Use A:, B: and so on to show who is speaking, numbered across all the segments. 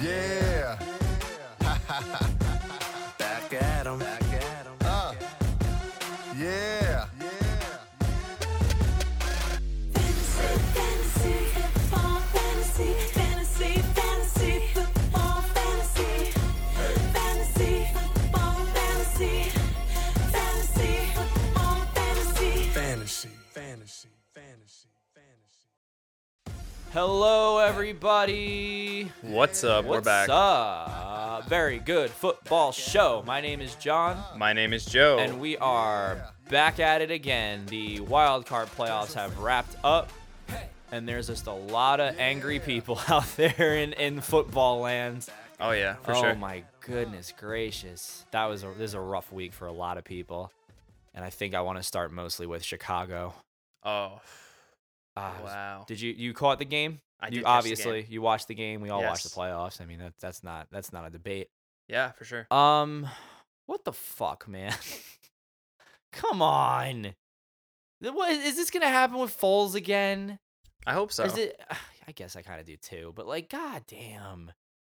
A: Yeah.
B: Back at 'em. Back at 'em.
A: Uh. Yeah.
C: Fantasy, fantasy, football, fantasy, fantasy, fantasy, football, fantasy, fantasy, football, fantasy, fantasy, football, fantasy.
B: Fantasy. Fantasy. Fantasy. Fantasy.
D: Hello, everybody.
E: What's up? We're
D: What's
E: back.
D: up? Very good football show. My name is John,
E: My name is Joe.
D: and we are back at it again. The wild card playoffs have wrapped up, and there's just a lot of angry people out there in, in football lands.
E: oh yeah, for
D: oh
E: sure.
D: my goodness gracious, that was a, this is a rough week for a lot of people, and I think I want to start mostly with Chicago.
E: Oh,
D: Ah, it was-
E: Wow.
D: Did you you caught the game?
E: I
D: you
E: did catch the game.
D: obviously you watched the game. We all watched the
E: Yes.
D: playoffs. I mean that's that's not that's not a debate.
E: yeah, for sure.
D: Um, what the fuck, man? Come on. Th- What is this gonna happen with Foles again?
E: I hope so.
D: Is it? I guess I kind of do too. But like, god damn,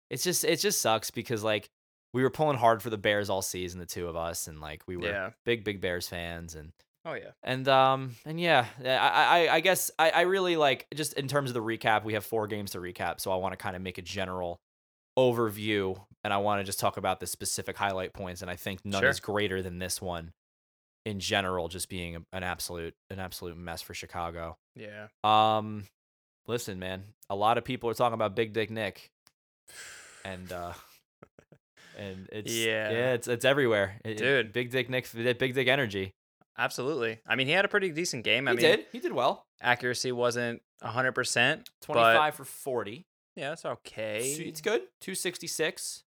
D: it's just it just sucks because like we were pulling hard for the Bears all season, the two of us, and like we were
E: Yeah.
D: big big Bears fans, and
E: Oh yeah.
D: and um and yeah, I I, I- I guess I, I really like just in terms of the recap, we have four games to recap, so I want to kind of make a general overview, and I want to just talk about the specific highlight points, and I think none
E: Sure.
D: is greater than this one in general, just being a- an absolute an absolute mess for Chicago.
E: Yeah.
D: Um, listen, man, a lot of people are talking about Big Dick Nick, and uh, and it's
E: Yeah.
D: yeah, it's it's everywhere, It- it-
E: Dude.
D: Big Dick Nick, Big Dick Energy.
E: Absolutely. I mean, he had a pretty decent game.
D: He
E: I mean,
D: did, he did well.
E: accuracy wasn't 100%. but-
D: 25 for 40.
E: yeah, that's
D: It's-
E: okay.
D: It's good. 266.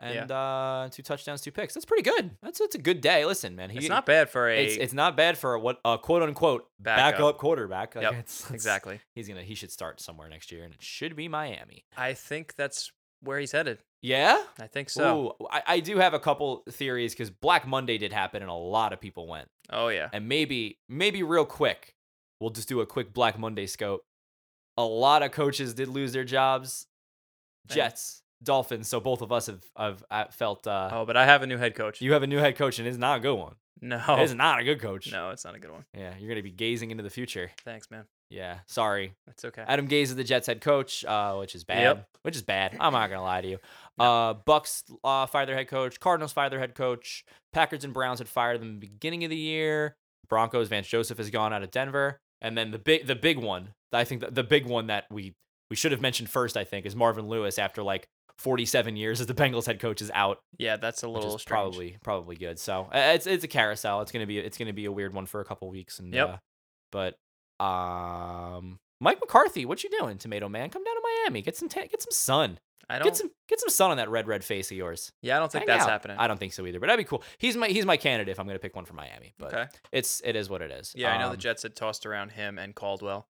D: And uh, two touchdowns, two picks. That's pretty good. That's it's a good day. Listen, man, he,
E: It's not bad for a
D: It's, it's not bad for a what a quote unquote backup,
E: Backup.
D: quarterback. Like,
E: Yep,
D: it's- it's-
E: exactly.
D: He's gonna he should start somewhere next year, and it should be Miami.
E: I think that's where he's headed.
D: Yeah.
E: I think so.
D: Ooh, I, I do have a couple theories because Black Monday did happen, and a lot of people went.
E: Oh yeah.
D: And maybe, maybe real quick, we'll just do a quick Black Monday scope. A lot of coaches did lose their jobs.
E: Thanks.
D: Jets, Dolphins. So both of us have, have uh, felt uh,
E: Oh, but I have a new head coach.
D: you have a new head coach and it's not a good one.
E: no.
D: It's not a good coach.
E: Oh. No, it's not a good one.
D: Yeah, you're going to be gazing into the future.
E: Thanks, man.
D: Yeah, sorry.
E: That's okay.
D: Adam Gaze is the Jets head coach, uh, which is bad.
E: Yep.
D: Which is bad. I'm not gonna lie to you. Uh, Bucks uh, fired their head coach. Cardinals fired their head coach. Packers and Browns had fired them in the beginning of the year. Broncos Vance Joseph has gone out of Denver, and then the big the big one. I think the, the big one that we we should have mentioned first. I think is Marvin Lewis after like 47 years as the Bengals head coach is out,
E: yeah, that's a
D: which
E: little
D: is
E: strange.
D: probably probably good. So uh, it's it's a carousel. It's gonna be it's gonna be a weird one for a couple weeks. And
E: Yep.
D: uh, but um, Mike McCarthy, what you doing, Tomato Man? Come down to Miami, get some ta- get some sun,
E: I don't
D: get some get some sun on that red red face of yours.
E: Yeah, I don't think
D: Hang
E: that's
D: out.
E: happening.
D: I don't think so either. But that'd be cool. He's my he's my candidate if I'm gonna pick one for Miami. But
E: okay.
D: it's it is what it is.
E: Yeah, I know the
D: Um,
E: Jets had tossed around him and Caldwell,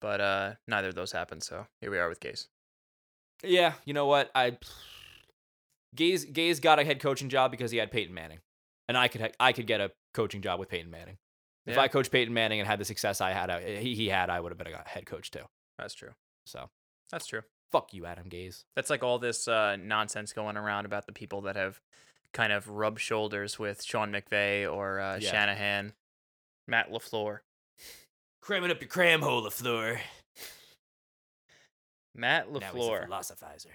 E: but uh, neither of those happened. So here we are with Case.
D: Yeah, you know what? I Gaze Gaze got a head coaching job because he had Peyton Manning, and I could ha- I could get a coaching job with Peyton Manning. If
E: Yeah.
D: I coached Peyton Manning and had the success I had, I, he, he had, I would have been a head coach too.
E: That's true.
D: So
E: That's true.
D: fuck you, Adam Gaze.
E: That's like all this uh, nonsense going around about the people that have kind of rubbed shoulders with Sean McVay or uh,
D: Yeah.
E: Shanahan, Matt Lafleur.
D: Cramming up your cram hole, Lafleur.
E: Matt
D: Now he's a
E: Lafleur,
D: philosophizer.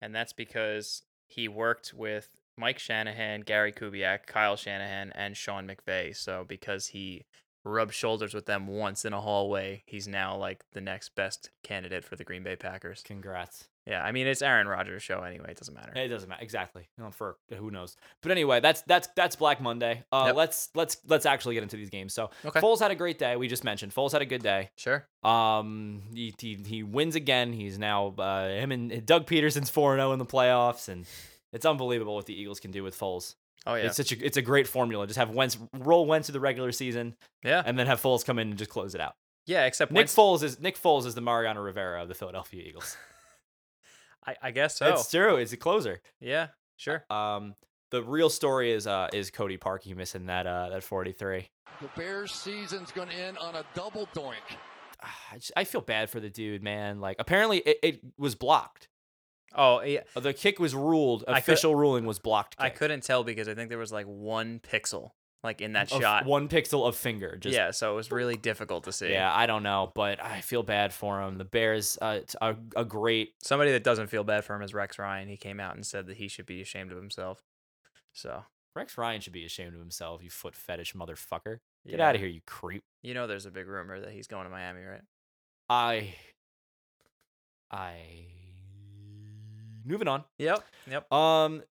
E: and that's because he worked with Mike Shanahan, Gary Kubiak, Kyle Shanahan, and Sean McVay. So because he rubbed shoulders with them once in a hallway, he's now like the next best candidate for the Green Bay Packers.
D: Congrats.
E: Yeah, I mean it's Aaron Rodgers' show anyway. It doesn't matter.
D: It doesn't matter exactly. You know, for who knows. But anyway, that's that's that's Black Monday. Uh,
E: Yep.
D: Let's let's let's actually get into these games. So
E: Okay.
D: Foles had a great day. We just mentioned Foles had a good day.
E: Sure.
D: Um, he, he, he wins again. He's now uh, him and Doug Peterson's four zero in the playoffs, and it's unbelievable what the Eagles can do with Foles.
E: Oh yeah.
D: It's such a it's a great formula. Just have Wentz roll Wentz through the regular season,
E: yeah.
D: and then have Foles come in and just close it out.
E: Yeah. Except
D: Nick
E: Wentz,
D: Foles is Nick Foles is the Mariano Rivera of the Philadelphia Eagles.
E: I, I guess so.
D: That's true. It's a closer.
E: yeah. Sure.
D: Um, the real story is uh is Cody Parkey missing that uh that forty three.
F: The Bears' season's going to end on a double doink.
D: I, just, I feel bad for the dude, man. Like apparently it, it was blocked. Uh,
E: Oh, yeah.
D: The kick was ruled.
E: I could-
D: Official ruling was blocked.
E: I
D: kick.
E: couldn't tell because I think there was like one pixel like in that
D: Of
E: shot.
D: one pixel of finger. Just
E: yeah, so it was really difficult to see.
D: Yeah, I don't know, but I feel bad for him. The Bears, uh, it's a, a great.
E: Somebody that doesn't feel bad for him is Rex Ryan. He came out and said that he should be ashamed of himself. So
D: Rex Ryan should be ashamed of himself. You foot fetish motherfucker. Get
E: yeah.
D: out of here, you creep.
E: You know, there's a big rumor that he's going to Miami, right?
D: I. I. Moving on.
E: Yep. Yep.
D: Um,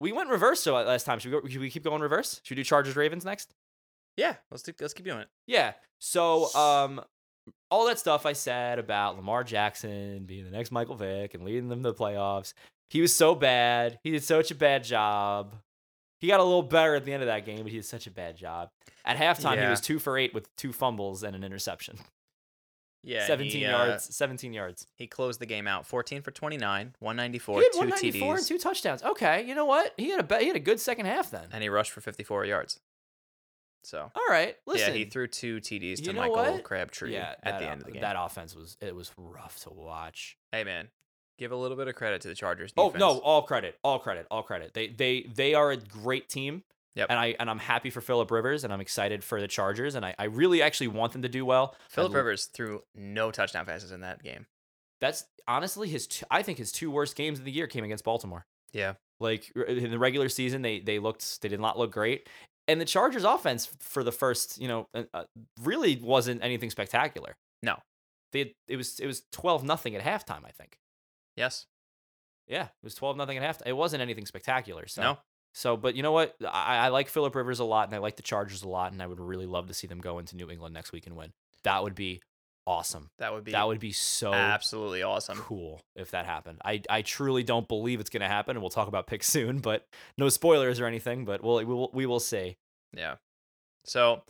D: we went reverse so uh, last time. Should we, go, should we keep going reverse? Should we do Chargers Ravens next?
E: Yeah. Let's do, let's keep doing it.
D: Yeah. So um, all that stuff I said about Lamar Jackson being the next Michael Vick and leading them to the playoffs. He was so bad. He did such a bad job. He got a little better at the end of that game, but he did such a bad job. At halftime, he
E: Yeah.
D: was two for eight with two fumbles and an interception.
E: Yeah.
D: 17
E: he, uh,
D: yards. 17 yards.
E: he closed the game out 14 for 29, 194,
D: he had
E: two
D: 194
E: TDs,
D: and two touchdowns. Okay, you know what? He had a be- he had a good second half then.
E: and he rushed for 54 yards. So,
D: All right, Uh, listen.
E: yeah, he threw two TDs
D: you
E: to
D: know
E: Michael
D: what?
E: Crabtree
D: Yeah,
E: at
D: that
E: the
D: o-
E: end of the game.
D: That offense was it was rough to watch.
E: hey, man, give a little bit of credit to the Chargers.
D: Oh
E: Defense.
D: no, all credit, all credit, all credit. They they they are a great team.
E: Yep.
D: And I and I'm happy for Philip Rivers and I'm excited for the Chargers and I, I really actually want them to do well.
E: Philip
D: I l-
E: Rivers threw no touchdown passes in that game.
D: That's honestly his two, I think his two worst games of the year came against Baltimore.
E: Yeah.
D: Like r- in the regular season they they looked they did not look great. And the Chargers offense for the first, you know, uh, uh, really wasn't anything spectacular.
E: No.
D: They had, it was it was 12 nothing at halftime, I think.
E: Yes.
D: Yeah, it was 12 nothing at halftime. It wasn't anything spectacular. So
E: No.
D: So, but you know what? I, I like Philip Rivers a lot, and I like the Chargers a lot, and I would really love to see them go into New England next week and win. That would be awesome.
E: That would be
D: That would be so
E: absolutely awesome.
D: Oh, cool if that happened. I, I truly don't believe it's going to happen, and we'll talk about picks soon. But no spoilers or anything. But we'll we will, we will see.
E: Yeah. So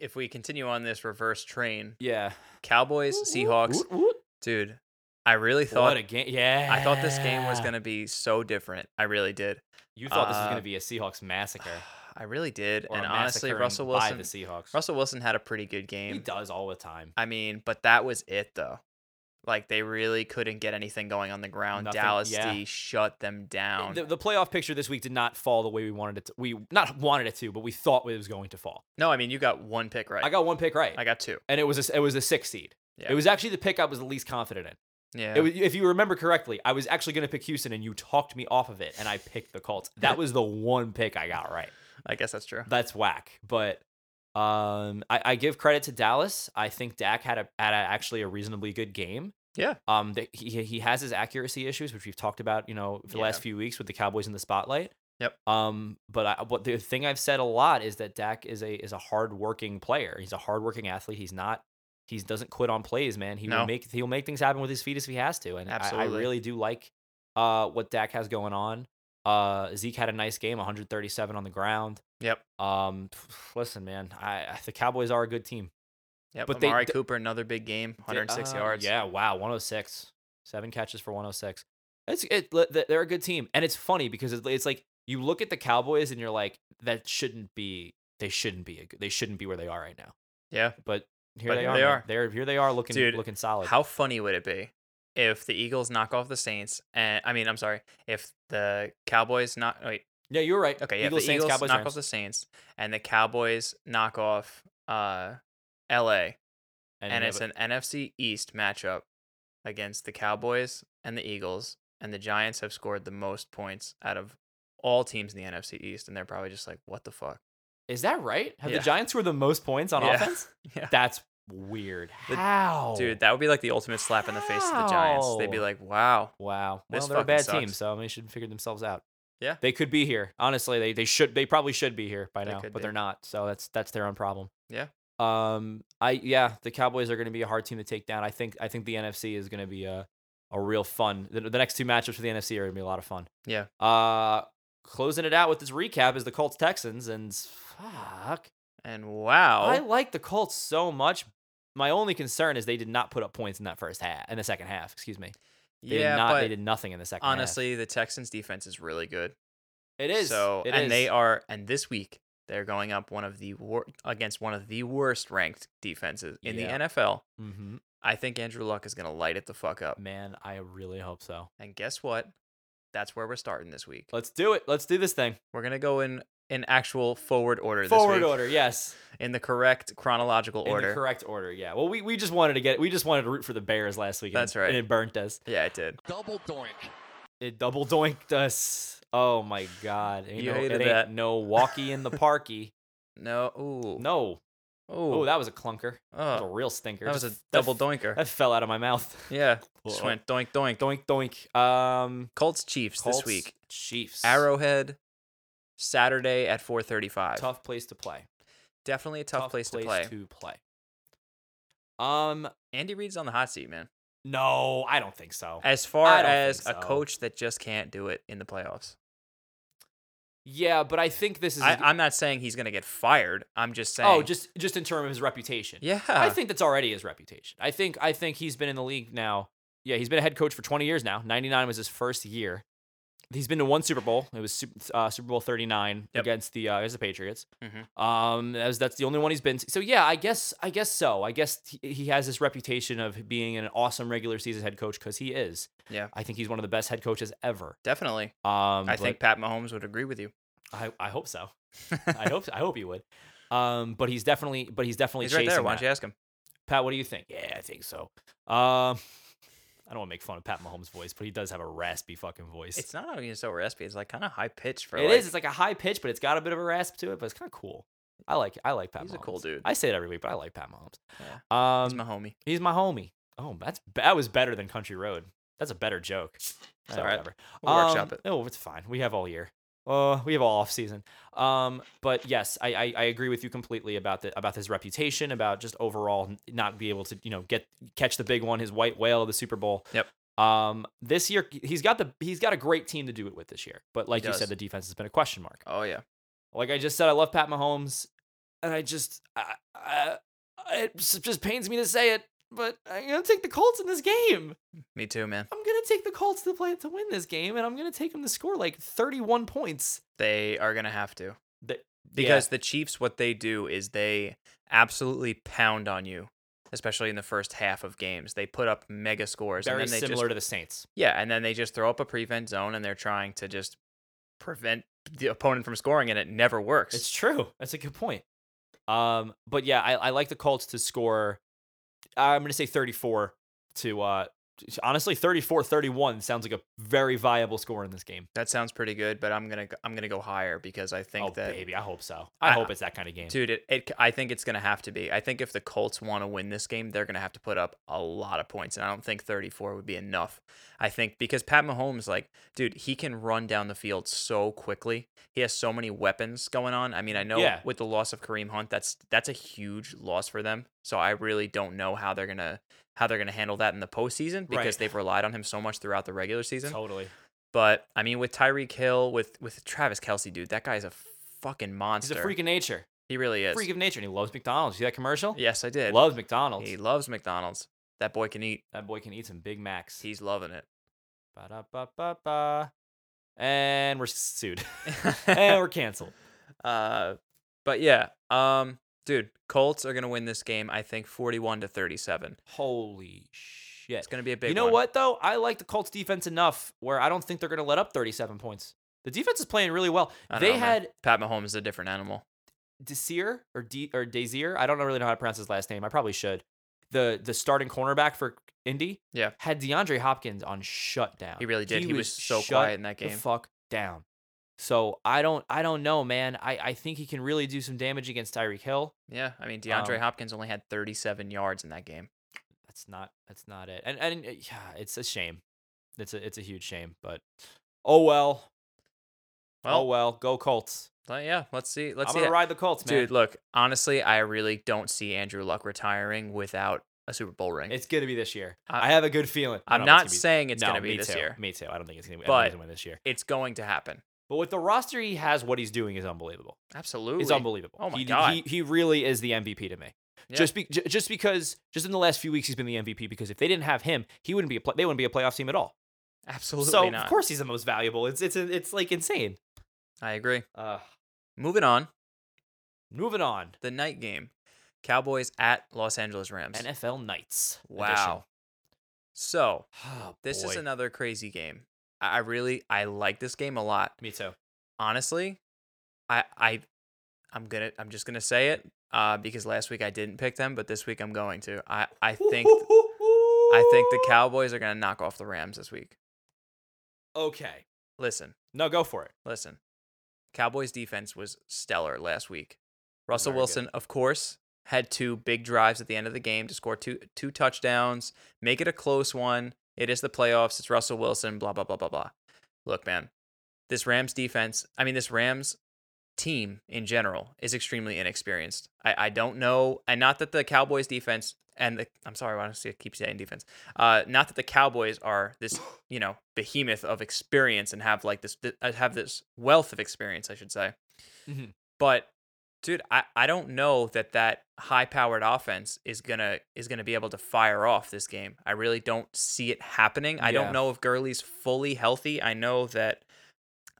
E: if we continue on this reverse train,
D: Yeah,
E: Cowboys, Seahawks,
D: Woot, woot.
E: dude, I really
D: What
E: thought
D: a game! Yeah,
E: I thought this game was gonna be so different. I really did.
D: You thought this was
E: uh,
D: gonna be a Seahawks massacre,
E: I really did.
D: or
E: and
D: a
E: honestly,
D: massacring
E: Russell
D: by
E: Wilson
D: the Seahawks.
E: Russell Wilson had a pretty good
D: he
E: game.
D: does all the time.
E: I mean, but that was it though. Like they really couldn't get anything going on the ground.
D: Nothing-
E: Dallas
D: yeah.
E: D shut them down.
D: The, the playoff picture this week did not fall the way we wanted it to. We not wanted it to, but we thought it was going to fall.
E: no, I mean you got one pick right.
D: I got one pick right,
E: I got two.
D: and it was a, it was a six seed.
E: Yeah.
D: It was actually the pick I was the least confident in.
E: Yeah.
D: It was, if you remember correctly, I was actually going to pick Houston, and you talked me off of it, and I picked the Colts. That was the one pick I got right.
E: I guess that's true.
D: That's whack, but um, I, I give credit to Dallas. I think Dak had a had a, actually a reasonably good game.
E: Yeah.
D: Um, that he he has his accuracy issues, which we've talked about, you know, for the
E: Yeah.
D: last few weeks with the Cowboys in the spotlight.
E: Yep.
D: Um, but I, what the thing I've said a lot is that Dak is a is a hardworking player. He's a hardworking athlete. He's not. He doesn't quit on plays, man. He
E: No.
D: will make he'll make things happen with his feet if he has to. And I- I,
E: Absolutely.
D: really do like uh what Dak has going on. Uh, Zeke had a nice game, 137 on the ground.
E: Yep.
D: Um, listen, man, I I- the Cowboys are a good team.
E: Yep.
D: But
E: But
D: they-
E: Amari
D: th-
E: Cooper, another big game,
D: Di-
E: 106
D: uh,
E: yards.
D: Yeah, wow, 106. Seven catches for 106. It's it. li- th- They're a good team, and it's funny because it's it's like you look at the Cowboys and you're like, that shouldn't be. They shouldn't be. A, g- they shouldn't be where they are right now.
E: Yeah.
D: But here
E: But
D: they
E: here
D: are.
E: they
D: man.
E: are.
D: They're here. They are looking
E: Dude,
D: looking solid.
E: How funny would it be if the Eagles knock off the Saints and I mean, I'm sorry, if the Cowboys not wait,
D: yeah, you're right.
E: okay, yeah,
D: Eagles,
E: if the
D: Saints,
E: Eagles
D: Cowboys,
E: knock
D: Rams,
E: off the Saints and the Cowboys knock off uh LA and,
D: you have
E: it's
D: a-
E: an NFC East matchup against the Cowboys and the Eagles and the Giants have scored the most points out of all teams in the NFC East and they're probably just like, what the fuck?
D: is that right? Have
E: Yeah.
D: the Giants scored the most points on
E: Yeah.
D: offense?
E: Yeah.
D: That's weird.
E: The-
D: How,
E: Dude, that would be like the ultimate slap in the face to the Giants. They'd be
D: How?
E: like, wow.
D: Wow.
E: This
D: well, they're a
E: fucking
D: bad
E: sucks.
D: team, so they should figure themselves out.
E: Yeah.
D: They could be here. Honestly, they they should they probably should be here by
E: They
D: now, but
E: could be.
D: they're not. So that's that's their own problem.
E: Yeah.
D: Um I yeah, the Cowboys are going to be a hard team to take down. I think I think the NFC is going to be a a real fun. The, the next two matchups for the NFC are going to be a lot of fun.
E: Yeah.
D: Uh closing it out with this recap is the Colts Texans and fuck.
E: And wow.
D: I like the Colts so much. My only concern is they did not put up points in that first half, in the second half, excuse me. They
E: yeah,
D: did not
E: but
D: they did nothing in the second half.
E: honestly, the Texans defense is really good.
D: It is.
E: So
D: It
E: and
D: is.
E: they are and this week They're going up one of the wor- against one of the worst ranked defenses in
D: Yeah.
E: the NFL.
D: Mm-hmm.
E: I think Andrew Luck is going to light it the fuck up.
D: Man, I really hope so.
E: And guess what? That's where we're starting this week.
D: Let's do it. Let's do this thing.
E: We're going to go in in actual forward order this
D: Forward
E: week.
D: order, yes.
E: In the correct chronological
D: In
E: order.
D: the correct order, yeah. Well, we, we just wanted to get we just wanted to root for the Bears last week. and
E: That's
D: it-
E: right.
D: And it burnt us.
E: yeah, it did.
F: Double doink.
D: It double doinked us. Oh my god. Ain't
E: You
D: no,
E: hated
D: it ain't
E: that.
D: no walkie in the parky.
E: No. Ooh.
D: No.
E: Ooh.
D: Oh, that was a clunker. That was
E: oh,
D: a real stinker.
E: that was a
D: Just-
E: double
D: that,
E: doinker.
D: That fell out of my mouth.
E: yeah. Just
D: Whoa.
E: went doink doink.
D: Doink doink. Um
E: Colts Chiefs
D: Colts,
E: this week.
D: Chiefs.
E: Arrowhead Saturday at 4:35.
D: Tough place to play.
E: Definitely a tough, place, to play.
D: To play. Um
E: Andy Reid's on the hot seat, man.
D: no, I don't think so.
E: As far
D: Oh, don't think
E: as a
D: so.
E: coach that just can't do it in the playoffs.
D: Yeah, but I think this is
E: I, I'm not saying he's gonna get fired. I'm just saying.
D: Oh, just just in terms of his reputation.
E: yeah.
D: I think that's already his reputation. I think I think he's been in the league now. Yeah, he's been a head coach for 20 years now. 99 was his first year. He's been to one Super Bowl. It was Sup- uh, Super Bowl 39
E: Yep.
D: against the uh, against the Patriots.
E: Mhm.
D: Um, that was, that's the only one he's been. To. So yeah, I guess I guess so. I guess he, he has this reputation of being an awesome regular season head coach because he is.
E: Yeah.
D: I think he's one of the best head coaches ever.
E: Definitely.
D: Um,
E: I
D: but
E: think Pat Mahomes would agree with you.
D: I, I hope so. I hope I hope he would. Um, but he's definitely but he's definitely
E: he's right there.
D: chasing
E: Why
D: that.
E: don't you ask him?
D: Pat, what do you think? Yeah, I think so. Um, I don't want to make fun of Pat Mahomes' voice, but he does have a raspy fucking voice.
E: It's not even so raspy. It's like kind of high pitched for.
D: It is.
E: like,
D: It's like a high pitch, but it's got a bit of a rasp to it. But it's kind of cool. I like. I like Pat.
E: He's
D: Mahomes.
E: a cool dude.
D: I say it every week, but I like Pat Mahomes.
E: Yeah.
D: Um,
E: He's my homie.
D: he's my homie. Oh, that's that was better than Country Road. That's a better joke. Eh,
E: all right.
D: Whatever.
E: We'll
D: Um,
E: workshop it.
D: No, it's fine. We have all year. Uh, we have all off season. Um, but yes, I, I I agree with you completely about the about his reputation, about just overall n- not be able to you know get catch the big one, his white whale of the Super Bowl.
E: Yep.
D: Um, this year he's got the he's got a great team to do it with this year. But like you
E: does.
D: said, the defense has been a question mark.
E: Oh yeah.
D: Like I just said, I love Pat Mahomes, and I just I, I, it just pains me to say it, but I'm gonna take the Colts in this game.
E: Me too, man.
D: I'm gonna take the Colts to play to win this game, and I'm gonna take them to score like 31 points.
E: They are gonna have to.
D: They-
E: because the Chiefs, what they do is they absolutely pound on you, especially in the first half of games. They put up mega scores.
D: very
E: and then they
D: similar
E: Just,
D: to the Saints.
E: yeah, and then they just throw up a prevent zone, and they're trying to just prevent the opponent from scoring, and it never works.
D: It's true. That's a good point. Um, but yeah, I, I like the Colts to score. I'm gonna say 34 to uh, honestly 34 31 sounds like a very viable score in this game.
E: that sounds pretty good, but I'm gonna go- I'm gonna go higher because I think
D: Oh
E: that
D: baby, I hope so. I,
E: I-
D: hope it's that kind of game.
E: dude, it, it I think it's gonna have to be. I think if the Colts want to win this game, they're gonna have to put up a lot of points, and I don't think 34 would be enough. I think because Pat Mahomes, like, dude, he can run down the field so quickly. He has so many weapons going on. I mean, I know
D: Yeah.
E: with the loss of Kareem Hunt, that's that's a huge loss for them. So I really don't know how they're gonna how they're gonna handle that in the postseason because
D: Right.
E: they've relied on him so much throughout the regular season.
D: Totally.
E: But I mean, with Tyreek Hill, with with Travis Kelsey, dude, that guy's a fucking
D: He's a
E: monster.
D: freak of nature.
E: He really is.
D: Freak of nature, and he loves McDonald's. See that commercial?
E: Yes, I did.
D: Loves McDonald's.
E: He loves McDonald's. That boy can eat.
D: that boy can eat some Big Macs.
E: He's loving it.
D: Ba-da-ba-ba-ba. And we're sued. and we're canceled.
E: uh, but yeah, um, dude, Colts are gonna win this game. I think forty-one to thirty-seven.
D: Holy shit.
E: It's gonna be a big.
D: You know
E: one.
D: what though? I like the Colts defense enough where I don't think they're gonna let up 37 points. The defense is playing really well.
E: I don't
D: They
E: know, man.
D: had
E: Pat Mahomes is a different animal.
D: Desir or D or Desir. I don't really know how to pronounce his last name. I probably should. The the starting cornerback for Indy.
E: Yeah.
D: Had DeAndre Hopkins on shutdown.
E: He really did. He, was, so
D: shut
E: quiet in that
D: The
E: game.
D: fuck down. So I don't I don't know, man. I, I think he can really do some damage against Tyreek Hill.
E: yeah, I mean DeAndre
D: Um,
E: Hopkins only had thirty-seven yards in that game.
D: That's not that's not it. And and uh, yeah, it's a shame. It's a it's a huge shame. But oh well. oh
E: Well,
D: well. Go Colts.
E: let- yeah. Let's see. Let's
D: I'm
E: see.
D: gonna
E: it.
D: ride the Colts, man.
E: Dude, look. Honestly, I really don't see Andrew Luck retiring without a Super Bowl ring.
D: it's gonna be this year.
E: I-
D: I, have a good feeling. I
E: I'm
D: don't know if
E: not
D: it's gonna be-
E: saying it's
D: No,
E: gonna be
D: me
E: this
D: too.
E: year.
D: Me too. I don't think it's gonna, I don't think it's
E: But-
D: gonna win this year.
E: It's going to happen.
D: But with the roster he has, what he's doing is unbelievable.
E: Absolutely.
D: It's unbelievable.
E: Oh my
D: he,
E: God.
D: He, he really is the MVP to me.
E: Yeah.
D: Just be, ju- just because just in the last few weeks he's been the MVP because if they didn't have him, he wouldn't be a play, they wouldn't be a playoff team at all.
E: Absolutely
D: so
E: not.
D: of course he's the most valuable. It's it's it's like insane.
E: I agree.
D: Uh,
E: Moving on.
D: Moving on.
E: The night game, Cowboys at Los Angeles Rams.
D: NFL Knights. edition.
E: wow. So
D: Oh,
E: this is
D: boy.
E: another crazy game. I I really I like this game a lot.
D: Me too.
E: honestly, I I I'm gonna I'm just gonna say it uh, because last week I didn't pick them, but this week I'm going to. I I think I think the Cowboys are gonna knock off the Rams this week.
D: Okay.
E: Listen,
D: No, go for it.
E: listen. Cowboys defense was stellar last week. Russell
D: Very good.
E: Wilson, of course, had two big drives at the end of the game to score two two touchdowns, make it a close one. It is the playoffs. It's Russell Wilson. Blah blah blah blah blah. Look, man, this Rams defense. I mean, this Rams team in general is extremely inexperienced. I, I don't know, and not that the Cowboys defense and the I'm sorry, I see I keep saying defense. Uh, not that the Cowboys are this you know behemoth of experience and have like this th- uh, have this wealth of experience, I should say.
D: Mhm.
E: But dude, I, I don't know that that high powered offense is gonna is gonna be able to fire off this game. I really don't see it happening. I
D: Yeah.
E: don't know if Gurley's fully healthy. I know that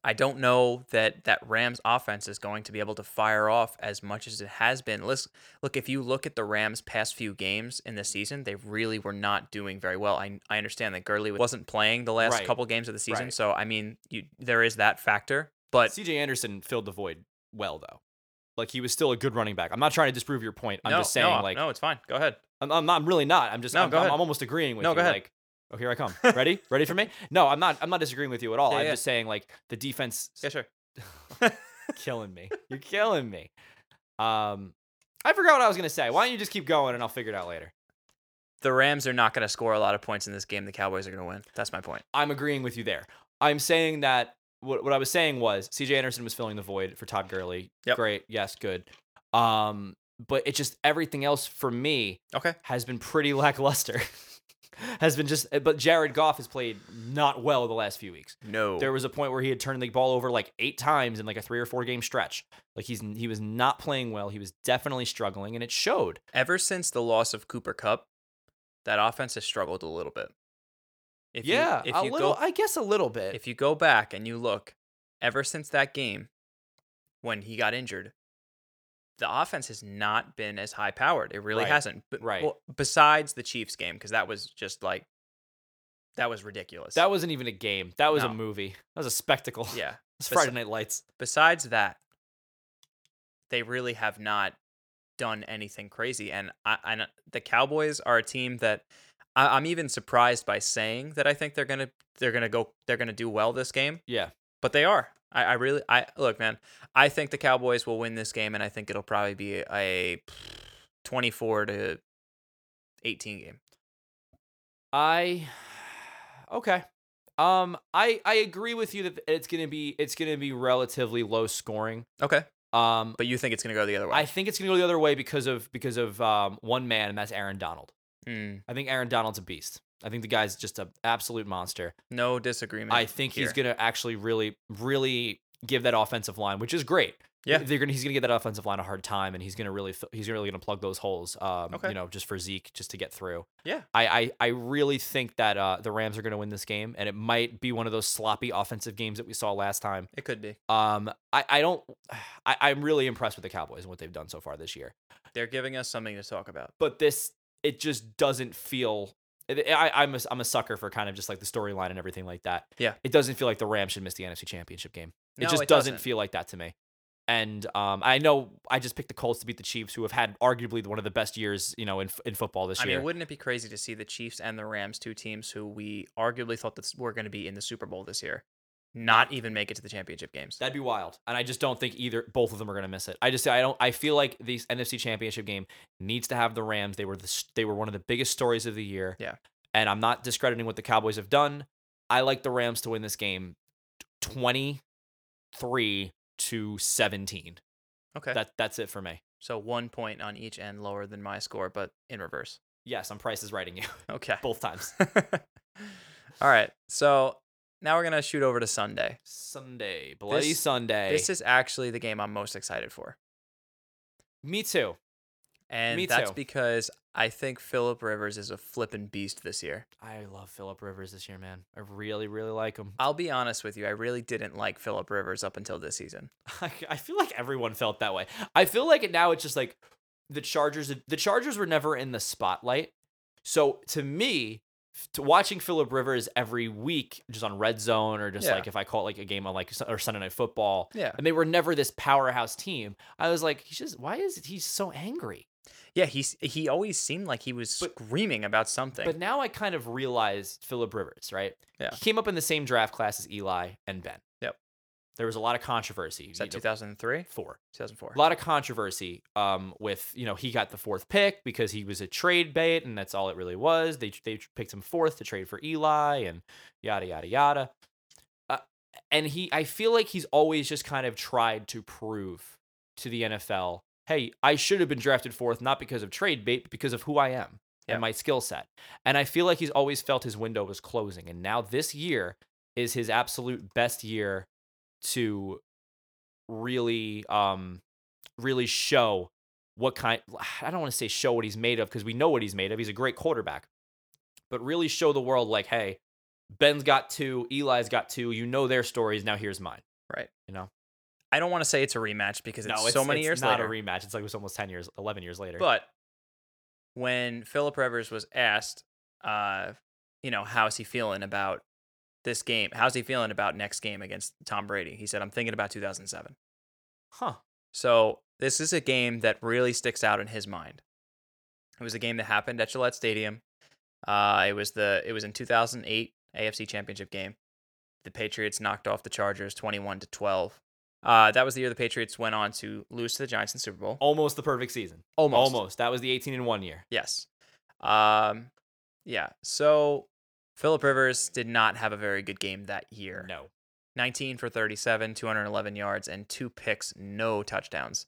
E: I don't know that that Rams offense is going to be able to fire off as much as it has been. Let's look if you look at the Rams past few games in the season, they really were not doing very well. I I understand that Gurley wasn't playing the last
D: Right.
E: couple games of the season,
D: Right.
E: so I mean, you there is that factor, but
D: CJ Anderson filled the void well though. Like he was still a good running back. I'm not trying to disprove your point. I'm
E: no,
D: just saying
E: no,
D: like
E: no, it's fine. Go ahead.
D: I'm, I'm, not- I'm really not. I'm just
E: No,
D: I'm,
E: go
D: I'm,
E: ahead.
D: I'm almost agreeing with
E: No,
D: you.
E: go ahead.
D: Like, oh, here I come. Ready? Ready for me? No, I'm not. I'm not disagreeing with you at all.
E: Yeah,
D: I'm
E: yeah.
D: just saying like the defense
E: Yeah, sure.
D: killing me. You're killing me. Um, I forgot what I was gonna say. Why don't you just keep going and I'll figure it out later.
E: The Rams are not going to score a lot of points in this game. The Cowboys are going to win. That's my point.
D: I'm agreeing with you there. I'm saying that what, what I was saying was CJ Anderson was filling the void for Todd Gurley.
E: Yep.
D: Great. Yes, good. Um, but it just everything else for me
E: Okay.
D: has been pretty lackluster. has been just eh, but Jared Goff has played not well the last few weeks.
E: No.
D: There was a point where he had turned the ball over like eight times in like a three or four game stretch. Like he's he was not playing well. He was definitely struggling and it showed.
E: Ever since the loss of Cooper Cup, that offense has struggled a little bit. If you-
D: yeah,
E: if
D: a
E: you
D: little
E: go,
D: I guess a little bit.
E: uh, if you go back and you look, ever since that game when he got injured, the offense has not been as high powered. It really
D: Right.
E: hasn't. But,
D: Right.
E: Well, besides the Chiefs game, because that was just like that was ridiculous.
D: that wasn't even a game. That was a
E: No.
D: movie. That was a spectacle.
E: yeah.
D: It's
E: Besi-
D: Friday Night Lights.
E: besides that, they really have not done anything crazy. And I, I kn- the Cowboys are a team that I, I'm even surprised by saying that I think they're gonna they're gonna go they're gonna do well this game,
D: Yeah.
E: but they are. I, I really I look, man. I think the Cowboys will win this game, and I think it'll probably be a 24 to 18 game.
D: I okay. Um, I I agree with you that it's gonna be it's gonna be relatively low scoring.
E: Okay,
D: Um,
E: but you think it's gonna go the other way?
D: I think it's gonna go the other way because of because of um one man and that's Aaron Donald.
E: Mm,
D: I think Aaron Donald's a beast. I think the guy's just an absolute monster.
E: no disagreement.
D: I think he's
E: here.
D: gonna actually really really give that offensive line, which is great.
E: Yeah.
D: they're gonna he's gonna get that offensive line a hard time, and he's gonna really fi- he's really gonna plug those holes. Um,
E: Okay.
D: you know, just for Zeke, just to get through.
E: Yeah.
D: I I, I really think that uh, the Rams are gonna win this game, and it might be one of those sloppy offensive games that we saw last time.
E: It could be.
D: Um, I I don't I I'm really impressed with the Cowboys and what they've done so far this year,
E: They're giving us something to talk about.
D: but this it just doesn't feel. I- I, I'm a, I'm a sucker for kind of just like the storyline and everything like that.
E: Yeah.
D: it doesn't feel like the Rams should miss the NFC Championship game. It
E: No,
D: just
E: it
D: doesn't,
E: doesn't.
D: feel like that to me. And um, I know I just picked the Colts to beat the Chiefs, who have had arguably one of the best years, you know, in, f- in football this
E: I
D: year.
E: mean, wouldn't it be crazy to see the Chiefs and the Rams, two teams who we arguably thought that were going to be in the Super Bowl this year, not even make it to the championship games?
D: That'd be wild. And I just don't think either both of them are going to miss it. I just I don't I feel like this NFC Championship game needs to have the Rams. They were the, s- they were one of the biggest stories of the year.
E: Yeah.
D: And I'm not discrediting what the Cowboys have done. I like the Rams to win this game 23 to 17.
E: Okay.
D: That that's it for me.
E: so one point on each end lower than my score, but in reverse.
D: Yes, I'm price is writing you
E: Okay.
D: both times.
E: All right. So now we're going to shoot over to Sunday.
D: Sunday, bloody
E: This-
D: Sunday.
E: This is actually the game I'm most excited for.
D: me too.
E: And
D: Me
E: that's
D: too.
E: because I think Philip Rivers is a flippin' beast this year.
D: I love Philip Rivers this year, man. I really, really like him.
E: I'll be honest with you, I really didn't like Philip Rivers up until this season.
D: I, I feel like everyone felt that way. I feel like it now it's just like the Chargers the Chargers were never in the spotlight. So to me, f- to watching Philip Rivers every week just on red zone or just
E: Yeah.
D: like if I call it like a game on like Sun- or Sunday night football
E: Yeah.
D: and they were never this powerhouse team. I was like, he's just why is he so angry?
E: Yeah, he's he always seemed like he was
D: But-
E: screaming about something.
D: But now I kind of realized Philip Rivers, right?
E: Yeah.
D: He came up in the same draft class as Eli and Ben.
E: Yep.
D: There was a lot of controversy.
E: Is that 2003?
D: four?
E: 2004.
D: a lot of controversy um, with you know he got the fourth pick because he was a trade bait and that's all it really was they they picked him fourth to trade for Eli and yada yada yada uh, and he I feel like he's always just kind of tried to prove to the NFL hey I should have been drafted fourth not because of trade bait but because of who I am
E: Yeah.
D: and my skill set and I feel like he's always felt his window was closing and now this year is his absolute best year to really um really show what kind I don't want to say show what he's made of because we know what he's made of. He's a great quarterback. But really show the world like, hey, Ben's got two, Eli's got two, you know their stories, now here's mine.
E: Right.
D: You know?
E: I don't want to say it's a rematch because it's so many years
D: not
E: later.
D: a rematch. It's like it was almost 10 years, 11 years later.
E: But when Philip Rivers was asked, uh, you know, how's he feeling about this game? How's he feeling about next game against Tom Brady? He said, I'm thinking about 2007.
D: huh.
E: So this is a game that really sticks out in his mind. It was a game that happened at Gillette Stadium. Uh, it was the it was in 2008 AFC Championship game. The Patriots knocked off the Chargers 21 to 12. Uh, that was the year the Patriots went on to lose to the Giants in Super Bowl.
D: Almost the perfect season.
E: Almost.
D: Almost. That was the 18 and 1 year.
E: Yes. Um, yeah. So Philip Rivers did not have a very good game that year.
D: No.
E: 19 for 37, 211 yards, and two picks, no touchdowns.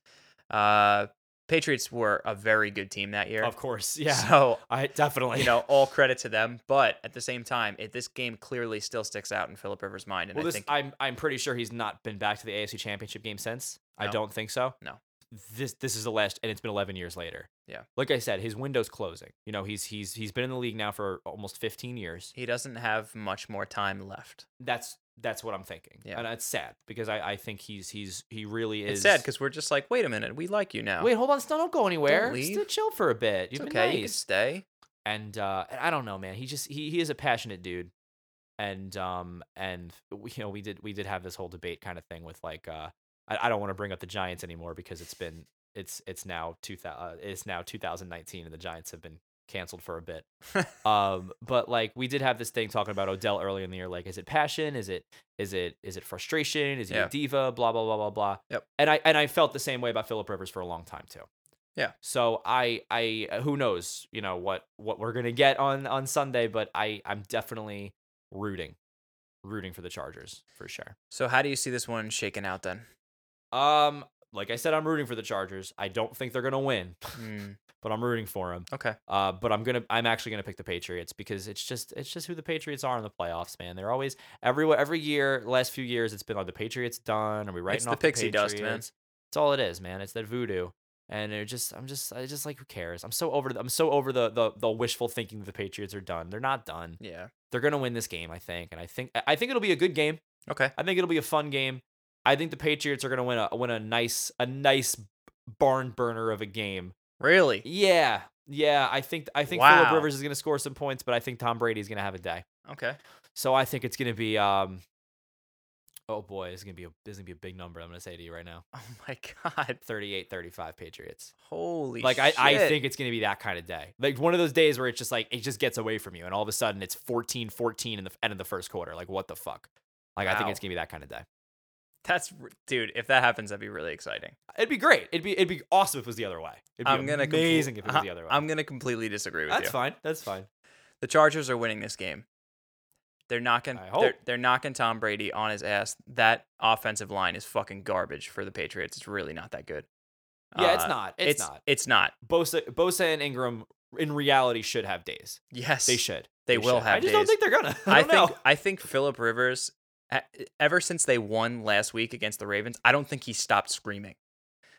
E: Uh, Patriots were a very good team that year.
D: Of course. Yeah.
E: So,
D: I definitely
E: you know, all credit to them. But at the same time, it, this game clearly still sticks out in Philip Rivers' mind. And
D: well,
E: I
D: this
E: think
D: I'm I'm pretty sure he's not been back to the AFC Championship game since. I
E: No.
D: don't think so.
E: No.
D: This this is the last, and it's been 11 years later.
E: Yeah.
D: Like I said, his window's closing. You know, he's he's he's been in the league now for almost 15 years.
E: he doesn't have much more time left.
D: That's that's what I'm thinking.
E: Yeah.
D: And it's sad because I I think he's he's he really is.
E: It's sad because we're just like, wait a minute, we like you now.
D: Wait, hold on, still don't go anywhere. Still
E: leave.
D: chill for a bit.
E: it's
D: You've
E: okay,
D: been
E: you can
D: nice.
E: stay.
D: and uh and I don't know, man. He just he he is a passionate dude. And um and we- you know we did we did have this whole debate kind of thing with like uh I, I don't want to bring up the Giants anymore because it's been it's it's now two thousand uh, it's now 2019 and the Giants have been canceled for a bit. um but like we did have this thing talking about Odell early in the year like is it passion is it is it is it frustration is he
E: Yeah.
D: a diva blah blah blah blah blah.
E: Yep.
D: And I and I felt the same way about Philip Rivers for a long time too. So I I uh, who knows, you know, what what we're going to get on on Sunday, but I I'm definitely rooting rooting for the Chargers for sure.
E: So, how do you see this one shaking out then?
D: Um like I said I'm rooting for the Chargers. I don't think they're going to win,
E: Hmm,
D: but I'm rooting for them.
E: okay.
D: Uh but I'm going to I'm actually going to pick the Patriots because it's just it's just who the Patriots are in the playoffs, man. They're always every every year last few years it's been like the Patriots done, are we writing
E: It's the
D: off
E: pixie dust, man.
D: Patriots? It's all it is, man. It's that voodoo. And they're just, I'm just, I just like, who cares? I'm so over, the, I'm so over the, the the wishful thinking that the Patriots are done. They're not done.
E: Yeah.
D: They're gonna win this game, I think. And I think, I think it'll be a good game.
E: Okay.
D: I think it'll be a fun game. I think the Patriots are gonna win a win a nice a nice barn burner of a game.
E: Really?
D: Yeah, yeah. I think I think Philip
E: Wow.
D: Rivers is gonna score some points, but I think Tom Brady's gonna have a day.
E: Okay.
D: So I think it's gonna be, um, oh boy, this is gonna be a this is gonna be a big number. I'm gonna say to you right now.
E: Oh my god.
D: 38 35 Patriots.
E: Holy
D: Like I,
E: shit.
D: I think it's going to be that kind of day. Like one of those days where it's just like it just gets away from you and all of a sudden it's 14-14 in the f- end of the first quarter. Like what the fuck? Like I think
E: Wow.
D: it's going to be that kind of day.
E: that's r- dude, if that happens that'd be really exciting.
D: It'd be great. It'd be it'd be awesome if it was the other way. It'd be
E: I'm going to
D: amazing if it was the other way.
E: I'm going to completely disagree with
D: That's
E: you.
D: fine. That's fine.
E: The Chargers are winning this game. They're knocking
D: I
E: They're,
D: hope.
E: they're knocking Tom Brady on his ass. That offensive line is fucking garbage for the Patriots. It's really not that good.
D: Yeah, it's
E: Uh,
D: not. It's,
E: it's
D: not.
E: It's not.
D: Bosa Bosa and Ingram in reality should have days.
E: Yes.
D: They should.
E: They will
D: should. I
E: have
D: just don't
E: days.
D: think they're gonna. I,
E: I
D: don't
E: think
D: know.
E: I think Philip Rivers e- ever since they won last week against the Ravens, I don't think he stopped screaming.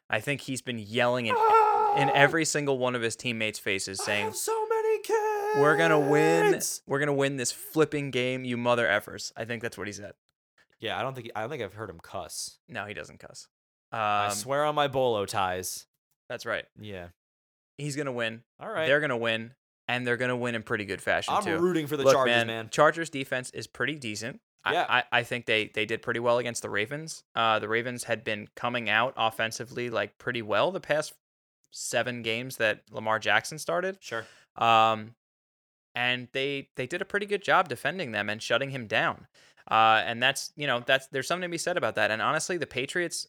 E: I think he's been yelling at in
D: Oh!
E: every single one of his teammates' faces, saying,
D: so many kids.
E: "We're gonna win. We're gonna win this flipping game, you mother effers." I think that's what he said.
D: Yeah, I don't think I don't think I've heard him cuss.
E: No, he doesn't cuss.
D: I
E: Um,
D: swear on my bolo ties.
E: that's right.
D: Yeah.
E: He's gonna win.
D: All right.
E: They're gonna win, and they're gonna win in pretty good fashion
D: I'm
E: too.
D: rooting for the
E: Look,
D: Chargers, man.
E: Chargers defense is pretty decent. I,
D: Yeah.
E: I, I think they, they did pretty well against the Ravens. Uh, the Ravens had been coming out offensively like pretty well the past seven games that Lamar Jackson started.
D: Sure.
E: Um, and they they did a pretty good job defending them and shutting him down. Uh, and that's you know that's there's something to be said about that. And honestly, the Patriots,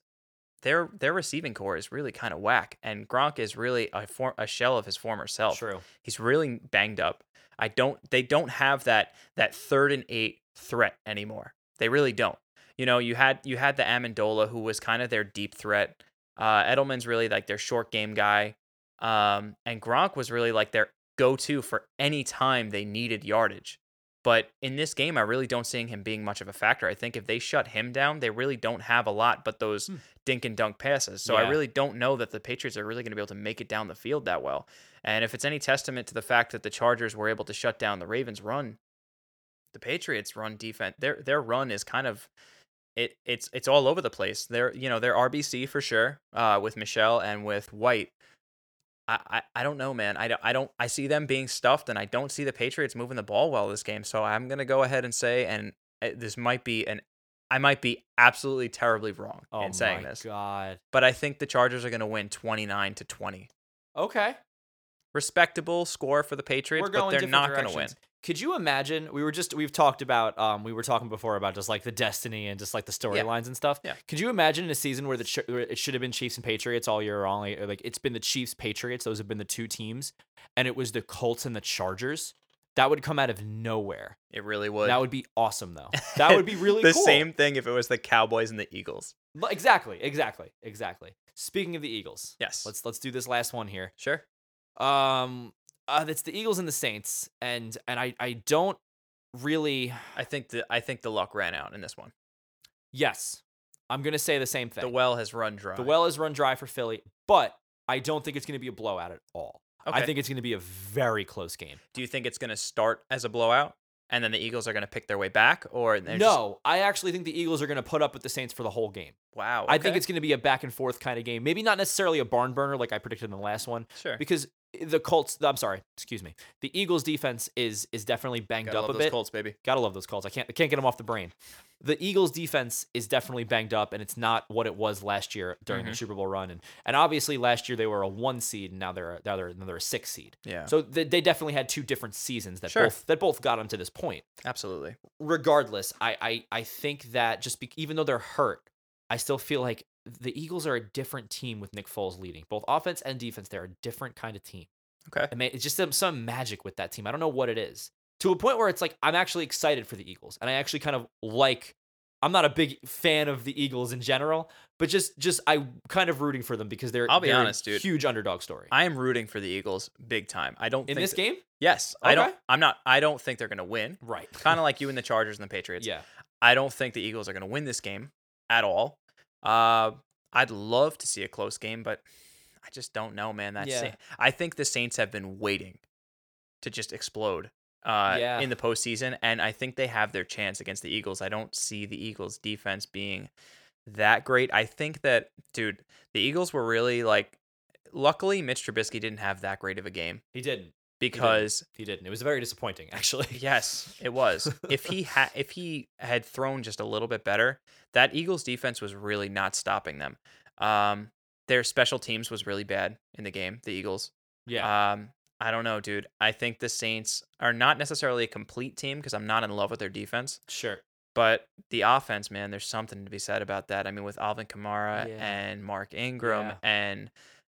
E: their their receiving core is really kind of whack. And Gronk is really a for, a shell of his former self.
D: True.
E: He's really banged up. I don't they don't have that that third and eight threat anymore. They really don't. You know, you had you had the Amendola who was kind of their deep threat. Uh, Edelman's really like their short game guy. Um, and Gronk was really like their go-to for any time they needed yardage. But in this game, I really don't seeing him being much of a factor. I think if they shut him down, they really don't have a lot but those
D: Hmm.
E: dink and dunk passes. So I
D: Yeah.
E: really don't know that the Patriots are really going to be able to make it down the field that well. And if it's any testament to the fact that the Chargers were able to shut down the Ravens' run, the Patriots' run defense, their their run is kind of it it's it's all over the place. They're you know they're RBC for sure uh, with Michelle and with White. I, I, I don't know, man. I don't, I don't I see them being stuffed, and I don't see the Patriots moving the ball well this game. So I'm gonna go ahead and say, and uh, this might be an I might be absolutely terribly wrong
D: Oh
E: in saying
D: my
E: this,
D: god.
E: but I think the Chargers are gonna win 29 to 20.
D: Okay.
E: Respectable score for the Patriots, but they're
D: different
E: not gonna win.
D: directions. Could you imagine? We were just we've talked about um we were talking before about just like the destiny and just like the storylines and stuff.
E: Yeah.
D: Could you imagine a season where the Ch- where it should have been Chiefs and Patriots all year long? Like, like, it's been the Chiefs Patriots. Those have been the two teams, and it was the Colts and the Chargers. That would come out of nowhere.
E: It really would.
D: That would be awesome though. That would be really
E: the
D: cool.
E: same thing if it was the Cowboys and the Eagles.
D: Li- Exactly. Exactly. Exactly. Speaking of the Eagles,
E: Yes.
D: let's let's do this last one here.
E: sure.
D: Um, uh, it's the Eagles and the Saints, and and I I don't really
E: I think the I think the luck ran out in this one.
D: yes, I'm gonna say the same thing.
E: The well has run dry.
D: The well is run dry for Philly, but I don't think it's gonna be a blowout at all. I
E: Okay.
D: think it's gonna be a very close game.
E: Do you think it's going to start as a blowout and then the Eagles are going to pick their way back, or they're just-
D: no, I actually think the Eagles are gonna put up with the Saints for the whole game.
E: wow.
D: I think
E: okay.
D: it's gonna be a back and forth kind of game. Maybe not necessarily a barn burner like I predicted in the last one,
E: sure.
D: because the Colts. I'm sorry, excuse me. The Eagles defense is is definitely banged
E: Gotta
D: up
E: love
D: a
E: those
D: bit.
E: Colts, baby.
D: Gotta love those calls. I can't I can't get them off the brain. The Eagles defense is definitely banged up and it's not what it was last year during
E: Mm-hmm.
D: the Super Bowl run. And and obviously last year they were a one seed and now they're a- now they're now they're a six seed.
E: Yeah.
D: So they, they definitely had two different seasons that
E: Sure.
D: both that both got them to this point.
E: Absolutely.
D: Regardless, I I, I think that just be, even though they're hurt, I still feel like the Eagles are a different team with Nick Foles leading. Both offense and defense, they're a different kind of team.
E: Okay.
D: I mean, it's just some, some magic with that team. I don't know what it is. To a point where it's like I'm actually excited for the Eagles, and I actually kind of like. I'm not a big fan of the Eagles in general, but just just I kind of rooting for them because they're
E: I'll be
D: they're a
E: honest, dude.
D: huge underdog story
E: I am rooting for the Eagles big time. I don't
D: in
E: think
D: this
E: that-
D: game,
E: Yes. I don't
D: Okay.
E: I'm not I don't think they're going to win.
D: right?
E: Kind of like you and the Chargers and the Patriots.
D: yeah,
E: I don't think the Eagles are going to win this game at all. Uh, I'd love to see a close game, but I just don't know, man. That's
D: Yeah.
E: I think the Saints have been waiting to just explode uh,
D: Yeah.
E: in the postseason, and I think they have their chance against the Eagles. I don't see the Eagles' defense being that great. I think that, dude, the Eagles were really like. Luckily, Mitch Trubisky didn't have that great of a game
D: he didn't.
E: because
D: He didn't. It was very disappointing, actually.
E: Yes, it was. if he had if he had thrown just a little bit better, that Eagles defense was really not stopping them. Um, their special teams was really bad in the game. The Eagles.
D: yeah.
E: Um, I don't know, dude. I think the Saints are not necessarily a complete team because I'm not in love with their defense,
D: sure.
E: but the offense, man, there's something to be said about that. I mean, with Alvin Kamara
D: Yeah.
E: and Mark Ingram
D: Yeah.
E: and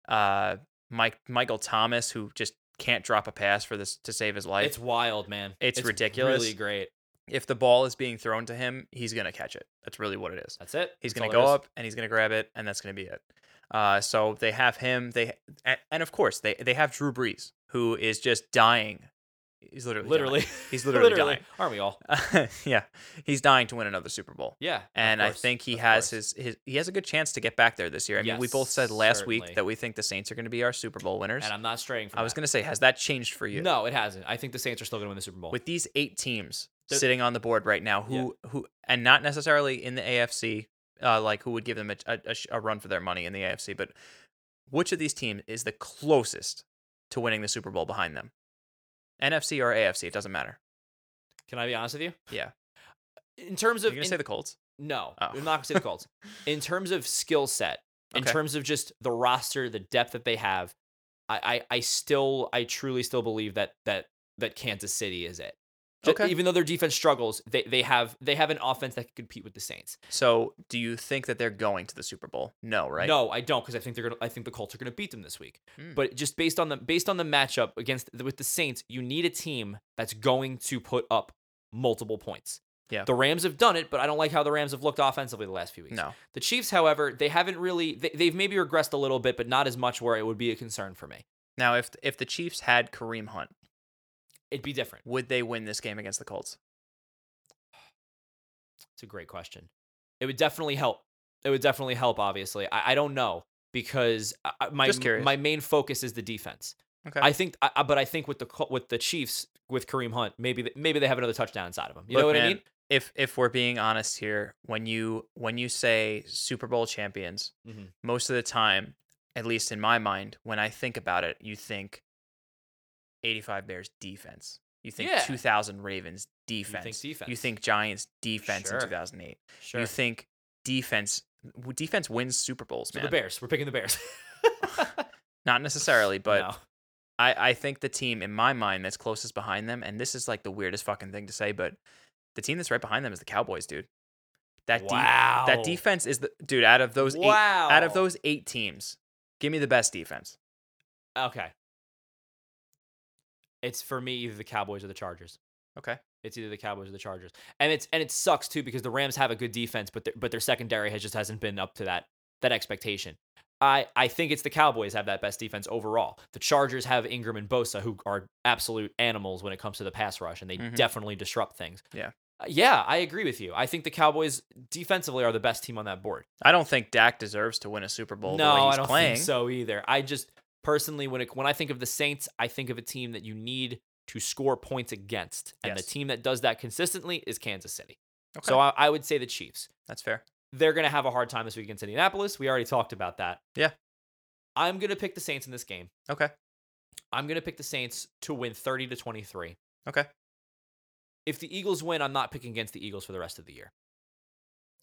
E: uh, Mike Michael Thomas, who just can't drop a pass for this to save his life
D: It's wild, man.
E: it's ridiculous.
D: Really great.
E: if the ball is being thrown to him, he's gonna catch it. That's really what it is.
D: That's it.
E: He's
D: That's
E: gonna
D: all there
E: go
D: is.
E: up and he's gonna grab it, and that's gonna be it. Uh, so they have him. They a- and of course they they have Drew Brees, who is just dying He's literally dying.
D: Literally.
E: He's literally, Uh,
D: Aren't we all?
E: dying. yeah, he's dying to win another Super Bowl.
D: Yeah. of
E: And I
D: course,
E: think he
D: of
E: has
D: course.
E: his, his he has a good chance to get back there this year. I mean, we
D: Yes,
E: both said last week
D: certainly.
E: that we think the Saints are going to be our Super Bowl winners.
D: And I'm not straying from
E: I was
D: that.
E: going to say, has that changed for you?
D: No, it hasn't. I think the Saints are still going to win the Super Bowl.
E: With these eight teams
D: There-
E: sitting on the board right now, who who and not necessarily in the AFC, uh, like who would give them a, a- a sh- a run for their money in the AFC, but which of these teams is the closest to winning the Super Bowl behind them? NFC or AFC, it doesn't matter.
D: Can I be honest with you?
E: Yeah.
D: In terms
E: You're
D: of
E: gonna
D: in-
E: say the Colts?
D: No,
E: Oh.
D: I'm not gonna say the Colts. in terms of skill set, in
E: Okay.
D: terms of just the roster, the depth that they have, I, I, I still, I truly still believe that that that Kansas City is it. Ju-
E: Okay.
D: Even though their defense struggles, they they have they have an offense that can compete with the Saints.
E: So, do you think that they're going to the Super Bowl? No, right?
D: No, I don't because I think they're gonna. I think the Colts are gonna beat them this week.
E: Hmm.
D: But just based on the based on the matchup against with the Saints, you need a team that's going to put up multiple points.
E: Yeah.
D: The Rams have done it, but I don't like how the Rams have looked offensively the last few weeks.
E: No.
D: The Chiefs, however, they haven't really. They, they've maybe regressed a little bit, but not as much where it would be a concern for me.
E: Now, if if the Chiefs had Kareem Hunt,
D: It'd be different.
E: would they win this game against the Colts?
D: It's a great question. It would definitely help. It would definitely help. Obviously, I, I don't know because I- I, my
E: Just curious.
D: my main focus is the defense.
E: Okay.
D: I think, I, I- but I think with the Col- with the Chiefs with Kareem Hunt, maybe th- maybe they have another touchdown inside of them. You know
E: Look,
D: what I
E: man,
D: mean?
E: If if we're being honest here, when you when you say Super Bowl champions,
D: Mhm.
E: most of the time, at least in my mind, when I think about it, you think 85 Bears defense. You think
D: Yeah.
E: 2000 Ravens defense. You
D: defense.
E: think Giants defense
D: Sure.
E: in 2008.
D: Sure.
E: You think defense w- defense wins Super Bowls,
D: so
E: man.
D: the Bears. We're picking the Bears.
E: Not necessarily, but
D: No.
E: I, I think the team in my mind that's closest behind them, and this is like the weirdest fucking thing to say, but the team that's right behind them is the Cowboys, dude. That de-
D: wow.
E: that defense is the dude out of those eight
D: wow.
E: out of those eight teams, give me the best defense.
D: Okay. It's for me either the Cowboys or the Chargers.
E: Okay.
D: It's either the Cowboys or the Chargers, and it's and it sucks too because the Rams have a good defense, but their, but their secondary has just hasn't been up to that that expectation. I I think it's the Cowboys have that best defense overall. The Chargers have Ingram and Bosa, who are absolute animals when it comes to the pass rush, and they
E: Mhm.
D: definitely disrupt things.
E: Yeah.
D: Uh, yeah, I agree with you. I think the Cowboys defensively are the best team on that board.
E: I don't think Dak deserves to win a Super Bowl
D: No,
E: the way he's
D: I don't
E: playing.
D: think so either. I just personally, when it, when I think of the Saints, I think of a team that you need to score points against, and
E: Yes.
D: the team that does that consistently is Kansas City.
E: Okay.
D: So I, I would say the Chiefs.
E: that's fair.
D: They're going to have a hard time this week against Indianapolis. We already talked about that.
E: Yeah.
D: I'm going to pick the Saints in this game.
E: Okay.
D: I'm going to pick the Saints to win 30 to 23.
E: Okay.
D: If the Eagles win, I'm not picking against the Eagles for the rest of the year.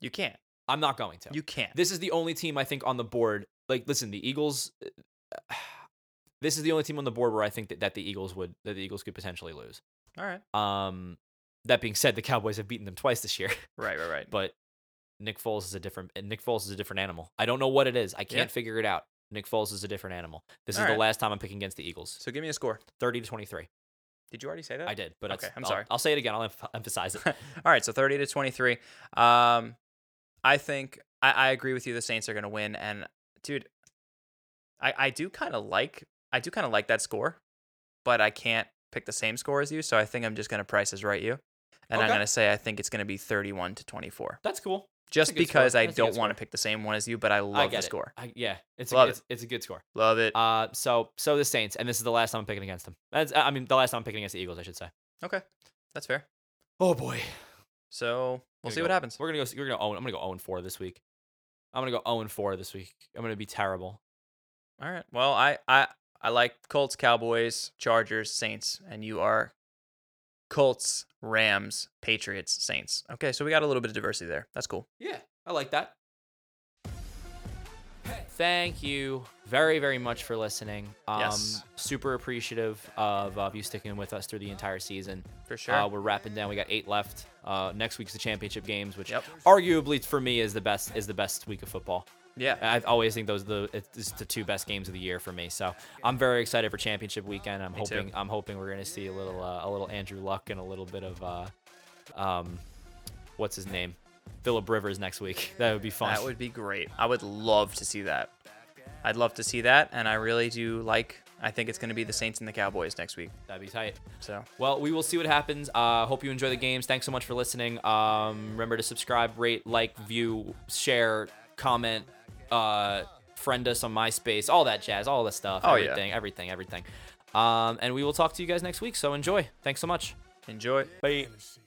E: You can't.
D: I'm not going to.
E: You can't.
D: This is the only team I think on the board. Like, listen, the Eagles. uh, This is the only team on the board where I think that, that the Eagles would that the Eagles could potentially lose.
E: All right.
D: Um, that being said, the Cowboys have beaten them twice this year,
E: Right, right, right.
D: but Nick Foles is a different Nick Foles is a different animal. I don't know what it is. I can't
E: Yeah.
D: figure it out. Nick Foles is a different animal. This is
E: All
D: the
E: right.
D: last time I'm picking against the Eagles.
E: so give me a score.
D: Thirty to twenty-three.
E: Did you already say that?
D: I did, but
E: Okay,
D: it's-
E: I'm
D: I'll-
E: sorry.
D: I'll, say it again. I'll emph- emphasize it.
E: All right, so 30 to 23. Um, I think I, I agree with you. The Saints are going to win, and dude, I I do kind of like I do kind of like that score, but I can't pick the same score as you, so I think I'm just going to price as right you, and I'm
D: Okay.
E: going to say I think it's going to be 31 to 24,
D: That's cool.
E: just
D: good score.
E: because I
D: That's a good
E: don't want to pick the same one as you, but I
D: I
E: love
D: get
E: the
D: it.
E: score,
D: I, yeah, it's a,
E: Love it.
D: it's, it's a good score.
E: love it.
D: Uh, so so the Saints, and this is the last time I'm picking against them. That's, I mean, the last time I'm picking against the Eagles, I should say.
E: okay, that's fair.
D: Oh boy,
E: So we'll
D: Gonna
E: see what
D: go-
E: happens.
D: We're gonna go. We're gonna own. I'm gonna go zero and four this week. I'm gonna go zero and four this week. I'm gonna be terrible.
E: All right. Well, I I I like Colts, Cowboys, Chargers, Saints, and you are Colts, Rams, Patriots, Saints. Okay, so we got a little bit of diversity there. That's cool.
D: Yeah, I like that. Thank you very, very much for listening. Um,
E: Yes.
D: Super appreciative of, of you sticking with us through the entire season.
E: For sure.
D: Uh, we're wrapping down. We got eight left. Uh, next week's the championship games, which
E: Yep.
D: arguably for me is the best is the best week of football.
E: Yeah.
D: I always think those the it's the two best games of the year for me. So I'm very excited for championship weekend. I'm
E: too.
D: hoping I'm hoping we're gonna see a little uh, a little Andrew Luck and a little bit of uh, um, what's his name, Philip Rivers next week. That would be fun.
E: That would be great. I would love to see that. I'd love to see that, and I really do like I think it's going to be the Saints and the Cowboys next week.
D: That'd be tight.
E: So
D: Well, we will see what happens. Uh, hope you enjoy the games. Thanks so much for listening. Um, remember to subscribe, rate, like, view, share, comment, uh, friend us on MySpace, all that jazz, all that stuff.
E: Oh, yeah.
D: everything, everything, everything. Um, and we will talk to you guys next week. So enjoy. Thanks so much.
E: enjoy.
D: Bye.
B: fantasy.